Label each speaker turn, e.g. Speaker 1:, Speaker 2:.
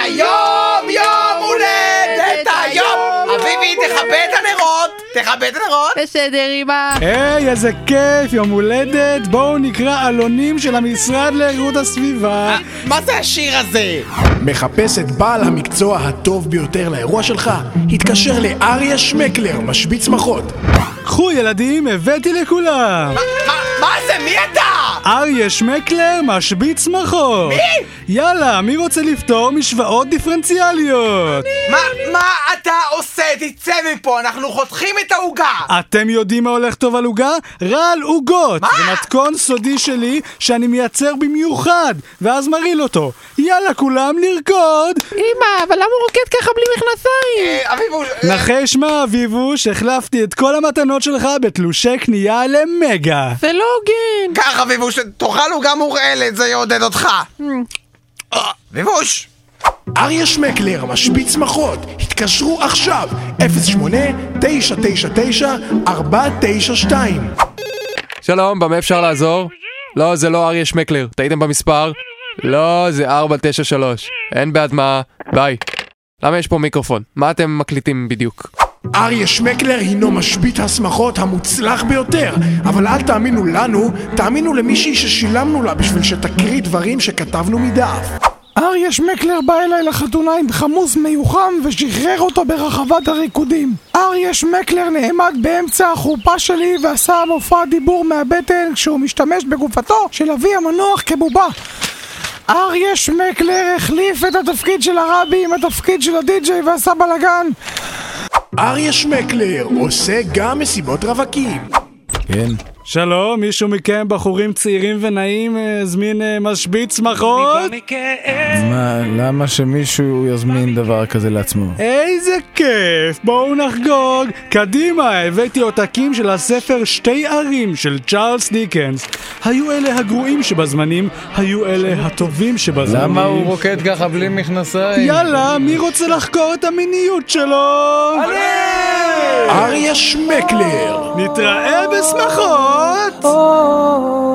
Speaker 1: היום יום הולדת היום! אביבי, תכבה את הנרות! תכבה את הנרות!
Speaker 2: בסדר, אמא.
Speaker 3: היי, איזה כיף, יום הולדת. בואו נקרא עלונים של המשרד לאיכות הסביבה.
Speaker 1: מה זה השיר הזה?
Speaker 4: מחפש את בעל המקצוע הטוב ביותר לאירוע שלך? התקשר לאריה שמקלר, משביץ מחות.
Speaker 3: קחו ילדים, הבאתי לכולם.
Speaker 1: מה- מה זה? מי אתה?
Speaker 3: אריה שמקלר משביץ מחור. מי? יאללה, מי רוצה לפתור משוואות דיפרנציאליות?
Speaker 1: מה, מה אתה עושה? תצא מפה, אנחנו חותכים את העוגה!
Speaker 3: אתם יודעים מה הולך טוב על עוגה? רע על עוגות! זה מתכון סודי שלי שאני מייצר במיוחד, ואז מרעיל אותו. יאללה, כולם לרקוד!
Speaker 2: אמא, אבל למה הוא רוקד ככה בלי מכנסיים?
Speaker 1: אה, אביבוש... אה,
Speaker 3: נחש מה, אביבוש, החלפתי את כל המתנות שלך בתלושי קנייה למגה.
Speaker 2: זה לא הוגן.
Speaker 1: קח, אביבוש, תאכל עוגה מורעלת, זה יעודד אותך! אה, אביבוש!
Speaker 4: אריה שמקלר, משביץ מחות. התקשרו עכשיו, 08-999-492.
Speaker 5: שלום, במה אפשר לעזור? לא, זה לא אריה שמקלר, טעיתם במספר? לא, זה 493. אין בעד מה, ביי. למה יש פה מיקרופון? מה אתם מקליטים בדיוק?
Speaker 4: אריה שמקלר הינו משבית הסמכות המוצלח ביותר, אבל אל תאמינו לנו, תאמינו למישהי ששילמנו לה בשביל שתקריא דברים שכתבנו מדף.
Speaker 6: אריה שמקלר בא אליי לחתונה עם חמוס מיוחם ושחרר אותו ברחבת הריקודים. אריה שמקלר נעמד באמצע החופה שלי ועשה מופע דיבור מהבטן כשהוא משתמש בגופתו של אבי המנוח כבובה. אריה שמקלר החליף את התפקיד של הרבי עם התפקיד של הדי-ג'יי ועשה בלאגן.
Speaker 4: אריה שמקלר עושה גם מסיבות רווקים.
Speaker 3: שלום, מישהו מכם, בחורים צעירים ונעים, אה, הזמין אה, משביץ מחרות?
Speaker 7: מה, למה שמישהו יזמין דבר כזה לעצמו?
Speaker 3: איזה כיף, בואו נחגוג. קדימה, הבאתי עותקים של הספר שתי ערים של צ'ארלס דיקנס. היו אלה הגרועים שבזמנים, היו אלה הטובים שבזמנים.
Speaker 7: למה הוא רוקד ככה בלי מכנסיים?
Speaker 3: יאללה, מי רוצה לחקור את המיניות שלו?
Speaker 4: אריה שמקלר,
Speaker 3: נתראה בשמחות!
Speaker 6: או,